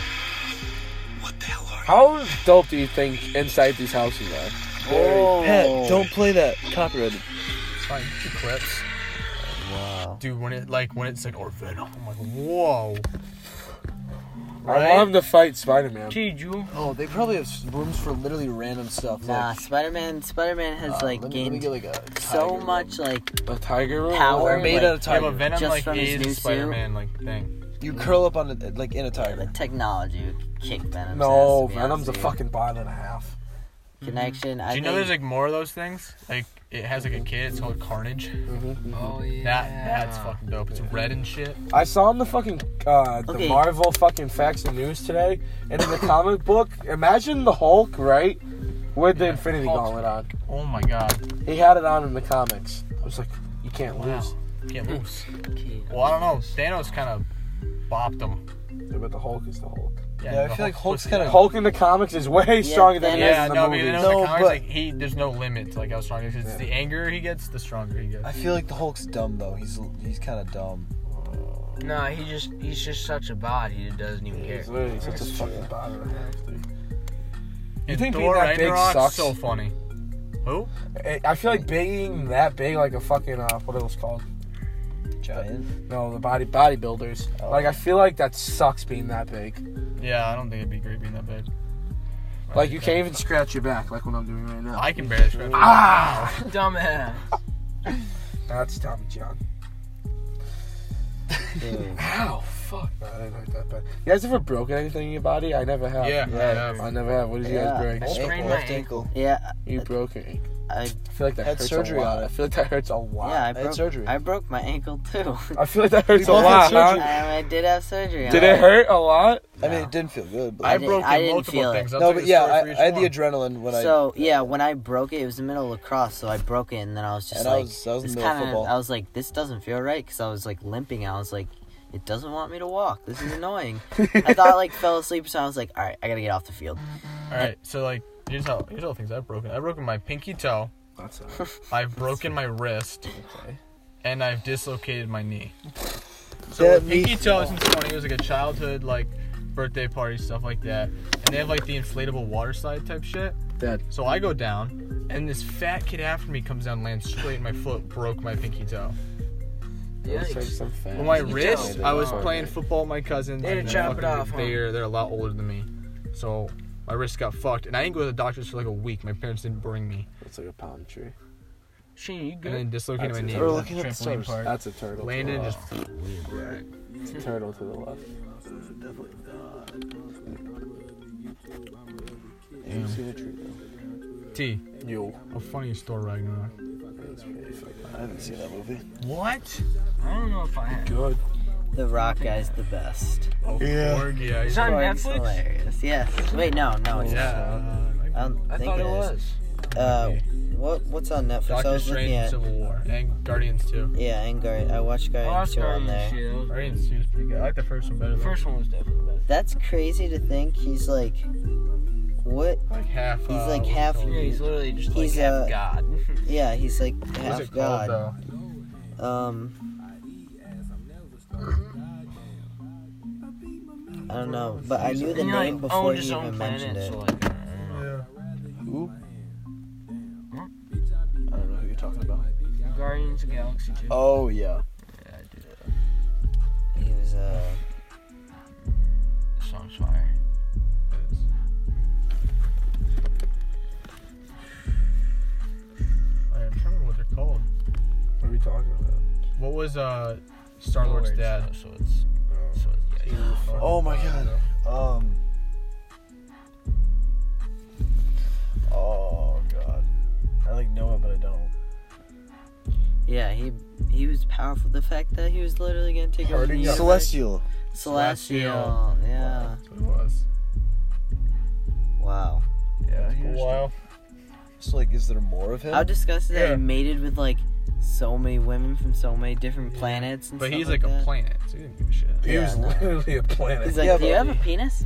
[SPEAKER 2] How dope do you think inside these houses are?
[SPEAKER 1] Oh.
[SPEAKER 4] Pat, don't play that. Copyrighted.
[SPEAKER 5] it's fine. Two clips.
[SPEAKER 1] Wow.
[SPEAKER 5] Dude, when it like when it's like or Venom, I'm like, whoa.
[SPEAKER 2] I
[SPEAKER 5] Right?
[SPEAKER 2] want him to fight Spider Man.
[SPEAKER 3] Gee, Jewel.
[SPEAKER 4] Oh, they probably have s- rooms for literally random stuff.
[SPEAKER 1] Nah,
[SPEAKER 4] like,
[SPEAKER 1] Spider-Man. Spider-Man has
[SPEAKER 4] uh,
[SPEAKER 1] like
[SPEAKER 4] let me, let me
[SPEAKER 1] gained
[SPEAKER 4] get like a
[SPEAKER 1] so
[SPEAKER 4] tiger
[SPEAKER 1] much
[SPEAKER 4] room.
[SPEAKER 1] like
[SPEAKER 2] A tiger room?
[SPEAKER 1] Power.
[SPEAKER 4] Or made
[SPEAKER 1] like-
[SPEAKER 4] out of
[SPEAKER 5] Yeah,
[SPEAKER 4] tiger.
[SPEAKER 5] but Venom
[SPEAKER 1] Just
[SPEAKER 5] like
[SPEAKER 1] from his
[SPEAKER 5] is
[SPEAKER 1] new
[SPEAKER 5] the
[SPEAKER 1] suit.
[SPEAKER 5] Spider-Man like thing.
[SPEAKER 4] you curl up on a, like in a tiger.
[SPEAKER 1] the technology would kick Venom's ass,
[SPEAKER 2] No,
[SPEAKER 1] to be
[SPEAKER 2] Venom's
[SPEAKER 1] honest
[SPEAKER 2] a
[SPEAKER 1] with you.
[SPEAKER 2] fucking bile and a half.
[SPEAKER 1] connection. I
[SPEAKER 5] Do you know
[SPEAKER 1] think-
[SPEAKER 5] there's like more of those things? Like it has like a kid. It's called Carnage.
[SPEAKER 3] Oh yeah.
[SPEAKER 5] That that's fucking dope. It's red and shit.
[SPEAKER 2] I saw in the fucking uh, the
[SPEAKER 1] Okay.
[SPEAKER 2] Marvel fucking facts and news today, and in the comic book, imagine the Hulk, right? With the Infinity
[SPEAKER 5] Hulk's
[SPEAKER 2] Gauntlet on,
[SPEAKER 5] Oh my god.
[SPEAKER 2] he had it on in the comics. I was like, you can't lose.
[SPEAKER 5] Can't lose.
[SPEAKER 3] Okay.
[SPEAKER 5] Well, I don't know. Thanos kind of bopped him.
[SPEAKER 2] Yeah, but the Hulk is the Hulk.
[SPEAKER 4] Yeah, I
[SPEAKER 5] the
[SPEAKER 4] feel like Hulk's
[SPEAKER 5] pussy.
[SPEAKER 4] kinda-
[SPEAKER 2] Hulk in the comics is way stronger than he is
[SPEAKER 5] Yeah,
[SPEAKER 2] in the
[SPEAKER 5] no, I
[SPEAKER 2] movies.
[SPEAKER 5] mean, I
[SPEAKER 4] No,
[SPEAKER 5] know the comics,
[SPEAKER 4] but-
[SPEAKER 5] like he, there's no limit to like how strong he is. It's
[SPEAKER 2] Yeah.
[SPEAKER 5] The angrier he gets, the stronger he gets.
[SPEAKER 4] I feel like the Hulk's dumb though. He's he's kind of dumb.
[SPEAKER 3] Nah, he just he's just such a bod. He doesn't even care.
[SPEAKER 2] He's literally such a fucking bother and a half, dude.
[SPEAKER 5] You
[SPEAKER 2] think being that big sucks?
[SPEAKER 5] so funny. Who?
[SPEAKER 2] I- I feel like being that big, like a fucking uh, what it was called?
[SPEAKER 4] Giant.
[SPEAKER 2] No, the body bodybuilders.
[SPEAKER 4] Oh.
[SPEAKER 2] Like I feel like that sucks being that big.
[SPEAKER 5] Yeah, I don't think it'd be great being that big.
[SPEAKER 2] Like
[SPEAKER 5] I think
[SPEAKER 2] you
[SPEAKER 5] that-
[SPEAKER 2] can't even scratch your back, like what I'm doing right now.
[SPEAKER 5] I can barely scratch. my-
[SPEAKER 2] ah,
[SPEAKER 3] Dumbass.
[SPEAKER 2] that's Tommy John.
[SPEAKER 1] Dude,
[SPEAKER 2] Ow, fuck. No, I didn't hurt that bad. You guys ever broken anything in your body? I never have.
[SPEAKER 5] Yeah, I have.
[SPEAKER 2] I never have. What did you
[SPEAKER 1] Yeah.
[SPEAKER 2] guys break?
[SPEAKER 3] I sprained
[SPEAKER 4] ankle,
[SPEAKER 3] my
[SPEAKER 4] left ankle.
[SPEAKER 1] yeah,
[SPEAKER 2] You broke it.
[SPEAKER 1] I
[SPEAKER 2] I feel like that
[SPEAKER 4] Had
[SPEAKER 2] hurts
[SPEAKER 4] surgery
[SPEAKER 2] a lot.
[SPEAKER 4] on it.
[SPEAKER 2] I feel like that hurts a lot.
[SPEAKER 1] yeah I
[SPEAKER 4] had
[SPEAKER 1] broke
[SPEAKER 4] surgery.
[SPEAKER 1] I broke my ankle too.
[SPEAKER 2] I feel like that hurts a
[SPEAKER 4] both had
[SPEAKER 1] Um,
[SPEAKER 2] lot. Huh?
[SPEAKER 4] surgery.
[SPEAKER 1] I did have surgery.
[SPEAKER 2] Did
[SPEAKER 1] on
[SPEAKER 2] it hurt a lot?
[SPEAKER 4] I mean, it didn't feel good. But
[SPEAKER 5] I,
[SPEAKER 1] I
[SPEAKER 5] broke
[SPEAKER 1] didn't- I
[SPEAKER 5] in
[SPEAKER 1] didn't feel
[SPEAKER 5] multiple
[SPEAKER 1] it.
[SPEAKER 5] things. I'll
[SPEAKER 4] no,
[SPEAKER 5] tell
[SPEAKER 4] but
[SPEAKER 5] you a
[SPEAKER 4] yeah,
[SPEAKER 5] story for
[SPEAKER 4] I,
[SPEAKER 5] each
[SPEAKER 4] I had
[SPEAKER 5] one.
[SPEAKER 4] the adrenaline when
[SPEAKER 1] So yeah, when I broke it, it was the middle of lacrosse, so I broke it, and then I was just
[SPEAKER 4] And I
[SPEAKER 1] like,
[SPEAKER 4] was- I was in
[SPEAKER 1] this
[SPEAKER 4] the middle of
[SPEAKER 1] kinda-
[SPEAKER 4] football.
[SPEAKER 1] I was like, this doesn't feel right because I was like limping. I was like, it doesn't want me to walk. This is annoying. I thought I like fell asleep, so I was like, all right, I gotta get off the field.
[SPEAKER 5] All right, so like here's how here's all the things I've broken. I've broken my pinky toe.
[SPEAKER 2] That's
[SPEAKER 5] I've broken my wrist, and I've dislocated my knee. So
[SPEAKER 4] That
[SPEAKER 5] with pinky
[SPEAKER 4] means-
[SPEAKER 5] toe since 20 it was like a childhood like birthday party stuff like that, and they have like the inflatable water slide type shit.
[SPEAKER 2] That-
[SPEAKER 5] So I go down, and this fat kid after me comes down, lands straight in my foot, broke my pinky toe.
[SPEAKER 2] Looks like
[SPEAKER 3] Yikes.
[SPEAKER 2] some fat.
[SPEAKER 5] Well, my
[SPEAKER 3] Pinky
[SPEAKER 5] wrist,
[SPEAKER 3] toe.
[SPEAKER 5] I was
[SPEAKER 2] Oh,
[SPEAKER 5] playing football with my cousins.
[SPEAKER 3] They
[SPEAKER 5] and
[SPEAKER 3] chop it
[SPEAKER 5] fucking-
[SPEAKER 3] off, huh?
[SPEAKER 5] They're they're a lot older than me, so my wrist got fucked, and I didn't go to the doctors for like a week. My parents didn't bring me,
[SPEAKER 2] It's like a palm tree.
[SPEAKER 3] Shane, you
[SPEAKER 5] and
[SPEAKER 3] good?
[SPEAKER 5] then dislocated
[SPEAKER 2] That's
[SPEAKER 5] my knee.
[SPEAKER 2] it.
[SPEAKER 5] at
[SPEAKER 2] We're
[SPEAKER 5] the
[SPEAKER 4] looking at the
[SPEAKER 5] trampoline
[SPEAKER 4] stars.
[SPEAKER 5] park.
[SPEAKER 2] That's a turtle.
[SPEAKER 5] Landed and
[SPEAKER 2] to
[SPEAKER 5] just
[SPEAKER 2] the left. It's a turtle to the left.
[SPEAKER 4] I seen a tree though.
[SPEAKER 5] T.
[SPEAKER 2] Yo.
[SPEAKER 5] A funny story, Ragnarok.
[SPEAKER 4] I haven't seen that movie.
[SPEAKER 5] What?
[SPEAKER 3] I don't know if I have.
[SPEAKER 2] Good.
[SPEAKER 1] The Rock guy's the best.
[SPEAKER 5] Oh,
[SPEAKER 4] Yeah.
[SPEAKER 5] Borg, yeah.
[SPEAKER 3] Is that on
[SPEAKER 1] Borg's
[SPEAKER 3] Netflix?
[SPEAKER 1] Hilarious. Yes. Wait, no, no, it's
[SPEAKER 5] yeah.
[SPEAKER 1] not. I
[SPEAKER 5] uh,
[SPEAKER 1] don't
[SPEAKER 3] I
[SPEAKER 1] think
[SPEAKER 3] thought it
[SPEAKER 1] it is.
[SPEAKER 3] was.
[SPEAKER 1] Uh, what what's on Netflix? I
[SPEAKER 5] Doctor
[SPEAKER 1] was
[SPEAKER 5] Strange,
[SPEAKER 1] looking
[SPEAKER 5] and
[SPEAKER 1] at
[SPEAKER 5] Civil War, and Guardians 2.
[SPEAKER 1] yeah, and Guardian. I watched Guardians
[SPEAKER 3] Oscar
[SPEAKER 1] two on there.
[SPEAKER 3] and shit. that was-
[SPEAKER 5] Guardians 2 is pretty good. I like the first one better.
[SPEAKER 3] The
[SPEAKER 5] Though.
[SPEAKER 3] first one was definitely better.
[SPEAKER 1] That's crazy to think he's like, what?
[SPEAKER 5] like half. uh, He's
[SPEAKER 1] like half-
[SPEAKER 3] Yeah, he's literally just like
[SPEAKER 1] He's,
[SPEAKER 3] half
[SPEAKER 1] uh,
[SPEAKER 3] god.
[SPEAKER 1] Yeah, he's like half
[SPEAKER 5] What's it called
[SPEAKER 1] god.
[SPEAKER 5] though?
[SPEAKER 1] Um, I don't know, but I knew the
[SPEAKER 3] And you're
[SPEAKER 1] name
[SPEAKER 3] like,
[SPEAKER 1] before
[SPEAKER 3] owned
[SPEAKER 1] he
[SPEAKER 3] his own
[SPEAKER 1] even
[SPEAKER 3] planet,
[SPEAKER 1] mentioned it.
[SPEAKER 3] so like, I don't know.
[SPEAKER 4] Who?
[SPEAKER 3] Guardians of the Galaxy 2.
[SPEAKER 4] Oh yeah.
[SPEAKER 3] Yeah, I did.
[SPEAKER 1] He was uh
[SPEAKER 3] The song's fire.
[SPEAKER 5] I don't remember what they're called.
[SPEAKER 2] What are we talking about?
[SPEAKER 5] What was uh, Star Lord's
[SPEAKER 3] Lord's
[SPEAKER 5] dad?
[SPEAKER 3] So, so it's. So it's yeah, yeah.
[SPEAKER 4] Oh my god. Um. Oh god. I like know it, but I don't.
[SPEAKER 1] yeah, he he was powerful. The fact that he was literally gonna take over the
[SPEAKER 2] Hurting Yeah.
[SPEAKER 1] universe.
[SPEAKER 4] Celestial.
[SPEAKER 1] Celestial. Yeah.
[SPEAKER 5] That's what it was.
[SPEAKER 1] Wow.
[SPEAKER 4] Yeah.
[SPEAKER 5] Took
[SPEAKER 4] he
[SPEAKER 5] a
[SPEAKER 4] was-
[SPEAKER 5] while.
[SPEAKER 4] So like, is there more of him?
[SPEAKER 1] How disgusting that
[SPEAKER 5] Yeah.
[SPEAKER 1] he mated with like so many women from so many different planets and
[SPEAKER 5] But
[SPEAKER 1] stuff
[SPEAKER 5] he's like,
[SPEAKER 1] that.
[SPEAKER 5] a planet, so he didn't give a shit.
[SPEAKER 2] He
[SPEAKER 1] Yeah,
[SPEAKER 2] was
[SPEAKER 1] no.
[SPEAKER 2] literally a
[SPEAKER 1] He's
[SPEAKER 2] planet.
[SPEAKER 1] like,
[SPEAKER 4] Yeah,
[SPEAKER 1] do you
[SPEAKER 4] but-
[SPEAKER 1] have a penis?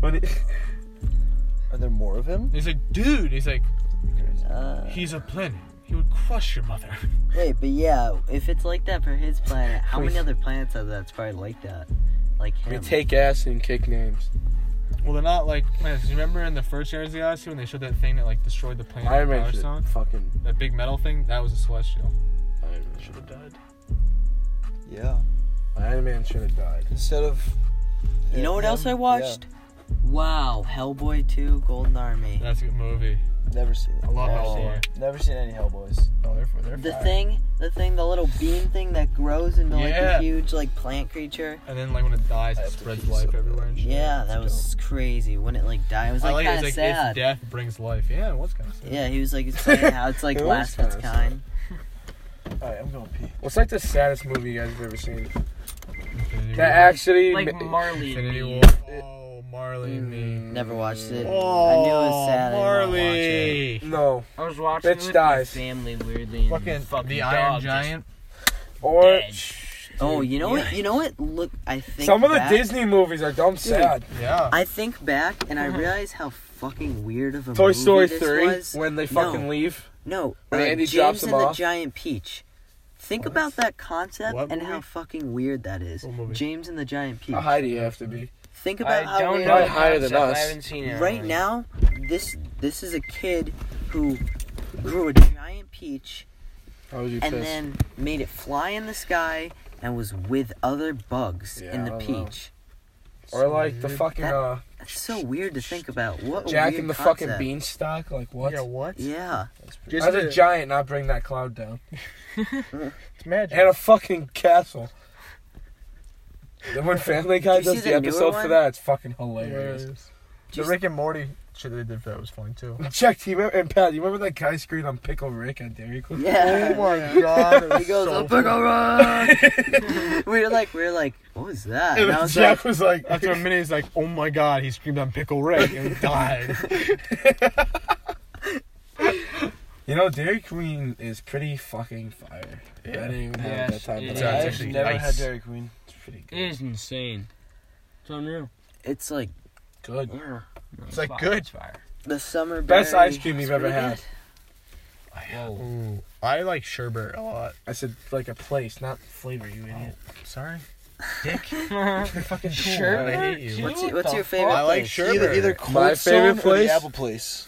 [SPEAKER 2] when he,
[SPEAKER 4] Are there more of him?
[SPEAKER 5] He's like, dude. He's like,
[SPEAKER 1] Uh,
[SPEAKER 5] he's a planet. He would crush your mother.
[SPEAKER 1] wait, but yeah, if it's like that for his planet, how many other planets are that's probably like that? Like him.
[SPEAKER 2] we take ass and kick names.
[SPEAKER 5] Well, they're not like planets. You remember in the first Guardians of the Galaxy when they showed that thing that like destroyed the planet?
[SPEAKER 2] Iron
[SPEAKER 5] Power
[SPEAKER 2] Man should
[SPEAKER 5] Stone?
[SPEAKER 2] fucking.
[SPEAKER 5] That big metal thing? That was a celestial.
[SPEAKER 2] Iron Man
[SPEAKER 5] Should have died.
[SPEAKER 4] Yeah.
[SPEAKER 2] Iron Man should have died.
[SPEAKER 4] Instead of.
[SPEAKER 1] you know what
[SPEAKER 4] him,
[SPEAKER 1] else I watched? Wow, Hellboy 2, Golden Army.
[SPEAKER 5] That's a good movie.
[SPEAKER 4] yeah. Never seen it.
[SPEAKER 5] I love
[SPEAKER 1] Yeah.
[SPEAKER 5] Hellboy.
[SPEAKER 4] Never seen any Hellboys.
[SPEAKER 5] Oh, they're, they're
[SPEAKER 1] The
[SPEAKER 5] fire.
[SPEAKER 1] thing, the thing, the little beam thing that grows into like a
[SPEAKER 5] Yeah.
[SPEAKER 1] huge like plant creature.
[SPEAKER 5] And then like when it dies,
[SPEAKER 4] I
[SPEAKER 5] it
[SPEAKER 4] have to
[SPEAKER 5] spreads
[SPEAKER 4] pee
[SPEAKER 5] life
[SPEAKER 4] so bad.
[SPEAKER 5] everywhere. And shit.
[SPEAKER 1] Yeah, that was crazy. When it like died, it was
[SPEAKER 5] I
[SPEAKER 1] like,
[SPEAKER 5] like it.
[SPEAKER 1] kind
[SPEAKER 5] It's
[SPEAKER 1] of
[SPEAKER 5] like
[SPEAKER 1] sad.
[SPEAKER 5] it's death brings life. Yeah, it was kind of sad.
[SPEAKER 1] Yeah, he was like explaining how it's like
[SPEAKER 2] It was
[SPEAKER 1] last of its
[SPEAKER 2] kinda
[SPEAKER 1] kind.
[SPEAKER 4] Alright, I'm going pee.
[SPEAKER 2] What's like the saddest movie you guys have ever seen?
[SPEAKER 5] Infinity
[SPEAKER 2] That
[SPEAKER 5] War.
[SPEAKER 2] actually.
[SPEAKER 3] Like
[SPEAKER 2] ma-
[SPEAKER 3] Marley and
[SPEAKER 5] Infinity
[SPEAKER 3] me.
[SPEAKER 5] War. Oh, Marley and me.
[SPEAKER 1] Mm, Never watched it.
[SPEAKER 5] Oh,
[SPEAKER 1] I knew it was sad. I didn't
[SPEAKER 5] Marley.
[SPEAKER 2] No.
[SPEAKER 3] I was watching
[SPEAKER 2] Bitch
[SPEAKER 3] it with
[SPEAKER 2] dies.
[SPEAKER 3] my family weirdly. And
[SPEAKER 5] Fucking,
[SPEAKER 3] fucking
[SPEAKER 5] the
[SPEAKER 3] dog
[SPEAKER 5] Iron
[SPEAKER 3] just
[SPEAKER 5] Giant.
[SPEAKER 2] Or.
[SPEAKER 3] dead.
[SPEAKER 1] wanna watch it. Oh, you know what? You know what? Look, I think
[SPEAKER 2] Some of the
[SPEAKER 1] back-
[SPEAKER 2] Disney movies are dumb sad.
[SPEAKER 5] Yeah.
[SPEAKER 1] I think back and
[SPEAKER 3] Uh-huh.
[SPEAKER 1] I realize how fucking weird of a
[SPEAKER 2] Toy
[SPEAKER 1] movie
[SPEAKER 2] Story
[SPEAKER 1] this
[SPEAKER 2] 3,
[SPEAKER 1] was.
[SPEAKER 2] when they
[SPEAKER 1] No.
[SPEAKER 2] fucking leave.
[SPEAKER 1] No,
[SPEAKER 2] When
[SPEAKER 1] uh,
[SPEAKER 2] Andy
[SPEAKER 1] James
[SPEAKER 2] drops
[SPEAKER 1] and
[SPEAKER 2] him
[SPEAKER 1] the
[SPEAKER 2] off.
[SPEAKER 1] Giant Peach. Think about that concept
[SPEAKER 5] What
[SPEAKER 1] and
[SPEAKER 5] movie?
[SPEAKER 1] how fucking weird that is.
[SPEAKER 5] What movie?
[SPEAKER 1] James and the Giant Peach.
[SPEAKER 2] How high do you have to be?
[SPEAKER 1] Think
[SPEAKER 3] I
[SPEAKER 1] about how
[SPEAKER 3] don't
[SPEAKER 1] weird.
[SPEAKER 3] know.
[SPEAKER 2] Probably
[SPEAKER 3] the
[SPEAKER 2] higher than
[SPEAKER 3] concept.
[SPEAKER 2] us.
[SPEAKER 3] I haven't seen it.
[SPEAKER 1] Right now, this this is a kid who grew a giant peach
[SPEAKER 2] How would you
[SPEAKER 1] and then made it fly in the sky and was with other bugs
[SPEAKER 2] Yeah,
[SPEAKER 1] in the
[SPEAKER 2] I don't know.
[SPEAKER 1] peach.
[SPEAKER 2] Or like the fucking
[SPEAKER 1] That-
[SPEAKER 2] uh,
[SPEAKER 1] That's so weird to think about. What a
[SPEAKER 2] Jack
[SPEAKER 1] weird
[SPEAKER 2] and the
[SPEAKER 1] concept.
[SPEAKER 2] fucking Beanstalk. Like what?
[SPEAKER 5] Yeah, what?
[SPEAKER 1] Yeah,
[SPEAKER 2] How did a giant not bring that cloud down?
[SPEAKER 5] It's magic.
[SPEAKER 2] And a fucking castle. Then when Family Guy
[SPEAKER 1] Did you
[SPEAKER 2] does
[SPEAKER 1] see
[SPEAKER 2] the
[SPEAKER 1] the newer
[SPEAKER 2] episode
[SPEAKER 1] one?
[SPEAKER 2] for that, it's fucking hilarious.
[SPEAKER 5] The Rick and Morty shit they did for that was funny too.
[SPEAKER 2] Jack, do you remember, and Pat, do you remember that guy screwed on Pickle Rick at Dairy Queen?
[SPEAKER 1] yeah.
[SPEAKER 5] Oh my god. it was
[SPEAKER 1] He goes,
[SPEAKER 5] so
[SPEAKER 1] "Oh, pickle run!" we were like, we were like, what was that?
[SPEAKER 2] And
[SPEAKER 1] And I was like,
[SPEAKER 2] Jack was like,
[SPEAKER 5] After a minute, he's like, "Oh my God!" He screamed on Pickle Rick and died.
[SPEAKER 2] you know, Dairy Queen is pretty fucking fire. I didn't even have
[SPEAKER 3] Yes,
[SPEAKER 2] that time.
[SPEAKER 3] it
[SPEAKER 2] but I
[SPEAKER 3] is. It's
[SPEAKER 4] I've
[SPEAKER 2] actually-
[SPEAKER 4] never
[SPEAKER 5] nice.
[SPEAKER 4] had Dairy Queen.
[SPEAKER 2] It's pretty
[SPEAKER 3] It
[SPEAKER 2] good.
[SPEAKER 3] is insane. It's unreal.
[SPEAKER 1] it's like
[SPEAKER 2] Good.
[SPEAKER 1] yeah,
[SPEAKER 5] It's like good.
[SPEAKER 3] fire.
[SPEAKER 1] the summer
[SPEAKER 2] Best
[SPEAKER 1] berry.
[SPEAKER 2] ice cream you've
[SPEAKER 1] It's
[SPEAKER 2] ever
[SPEAKER 1] pretty
[SPEAKER 2] had.
[SPEAKER 1] good.
[SPEAKER 3] Whoa.
[SPEAKER 5] Ooh, I like sherbet a lot.
[SPEAKER 2] I said like a place, not flavor. You idiot.
[SPEAKER 5] Sorry, Dick. You're fucking cool.
[SPEAKER 3] Sherbet?
[SPEAKER 5] I hate you.
[SPEAKER 1] What's,
[SPEAKER 3] What
[SPEAKER 1] your- what's
[SPEAKER 3] the
[SPEAKER 1] your
[SPEAKER 3] fuck?
[SPEAKER 1] favorite?
[SPEAKER 5] I like
[SPEAKER 1] place?
[SPEAKER 5] sherbet.
[SPEAKER 4] Either either
[SPEAKER 5] My
[SPEAKER 4] Cold Stone
[SPEAKER 2] favorite
[SPEAKER 4] or
[SPEAKER 2] place?
[SPEAKER 4] the Apple Place.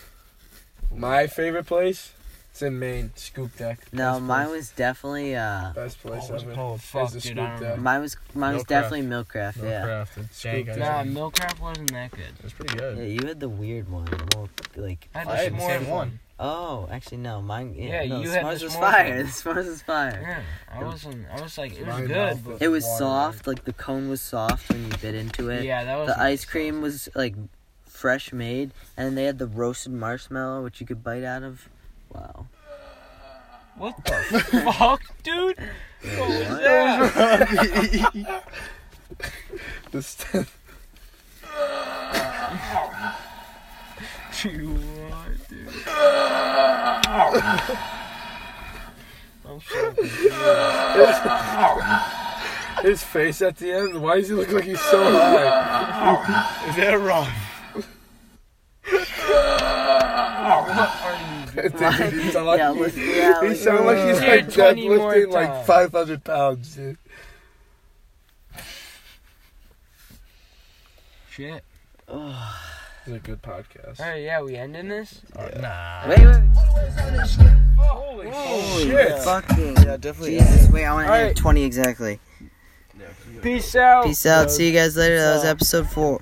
[SPEAKER 2] My favorite place. It's in Maine. Scoop Deck.
[SPEAKER 1] No,
[SPEAKER 2] Best
[SPEAKER 1] mine
[SPEAKER 2] place.
[SPEAKER 1] was definitely uh,
[SPEAKER 2] Best place
[SPEAKER 5] Oh, what's it
[SPEAKER 2] ever.
[SPEAKER 5] called?
[SPEAKER 2] Is
[SPEAKER 3] Fuck,
[SPEAKER 2] the
[SPEAKER 3] dude, I
[SPEAKER 2] Scoop
[SPEAKER 3] don't
[SPEAKER 2] Deck.
[SPEAKER 3] remember.
[SPEAKER 1] mine was mine was
[SPEAKER 5] Milk Craft.
[SPEAKER 1] definitely Milkcraft.
[SPEAKER 5] No
[SPEAKER 1] Yeah.
[SPEAKER 5] craft. It's
[SPEAKER 2] Scoop
[SPEAKER 5] dank. I
[SPEAKER 2] that.
[SPEAKER 5] don't-
[SPEAKER 3] Nah, Milkrap wasn't that good.
[SPEAKER 5] It's pretty
[SPEAKER 1] Yeah,
[SPEAKER 5] good.
[SPEAKER 1] you had the weird one, the little, like
[SPEAKER 3] I had,
[SPEAKER 5] I
[SPEAKER 3] the
[SPEAKER 5] had the
[SPEAKER 3] s'more
[SPEAKER 5] same one.
[SPEAKER 1] oh, actually no, mine. Yeah,
[SPEAKER 3] Yeah,
[SPEAKER 1] no,
[SPEAKER 3] you
[SPEAKER 1] the
[SPEAKER 3] had the
[SPEAKER 1] s'mores was
[SPEAKER 3] s'more
[SPEAKER 1] fire.
[SPEAKER 3] one.
[SPEAKER 1] The s'mores was fire.
[SPEAKER 3] Yeah, I wasn't. I was like, it was
[SPEAKER 2] My
[SPEAKER 3] good.
[SPEAKER 2] mouth
[SPEAKER 3] But
[SPEAKER 2] is
[SPEAKER 1] It was
[SPEAKER 2] watering.
[SPEAKER 1] soft, like the cone was soft when you bit into it.
[SPEAKER 3] yeah, that was
[SPEAKER 1] the ice cream was like fresh made, and they had the roasted marshmallow which you could bite out of. Wow.
[SPEAKER 3] What the fuck, dude? What was that?
[SPEAKER 2] This-
[SPEAKER 3] You what, dude? I'm so confused.
[SPEAKER 2] His face at the end. Why does he look like he's so high?
[SPEAKER 5] Is that wrong?
[SPEAKER 3] What are you doing?
[SPEAKER 2] He's like-
[SPEAKER 1] yeah, let's- yeah,
[SPEAKER 2] He
[SPEAKER 1] let's-
[SPEAKER 2] sounded like he's
[SPEAKER 3] Yeah,
[SPEAKER 2] like
[SPEAKER 3] 20 more
[SPEAKER 2] deadlifting like
[SPEAKER 3] times.
[SPEAKER 2] 500 pounds, dude.
[SPEAKER 3] Shit.
[SPEAKER 2] This is a good podcast.
[SPEAKER 3] All right, yeah, we ending this.
[SPEAKER 5] Or- Nah.
[SPEAKER 1] Wait, wait, wait.
[SPEAKER 2] Holy shit.
[SPEAKER 4] yeah.
[SPEAKER 1] Fucking.
[SPEAKER 4] Yeah, definitely.
[SPEAKER 1] Jesus, wait, I want to
[SPEAKER 3] All
[SPEAKER 1] hit
[SPEAKER 3] right.
[SPEAKER 1] 20 exactly.
[SPEAKER 3] Peace out.
[SPEAKER 1] Peace out. See you guys later. That was
[SPEAKER 3] out.
[SPEAKER 1] episode 4.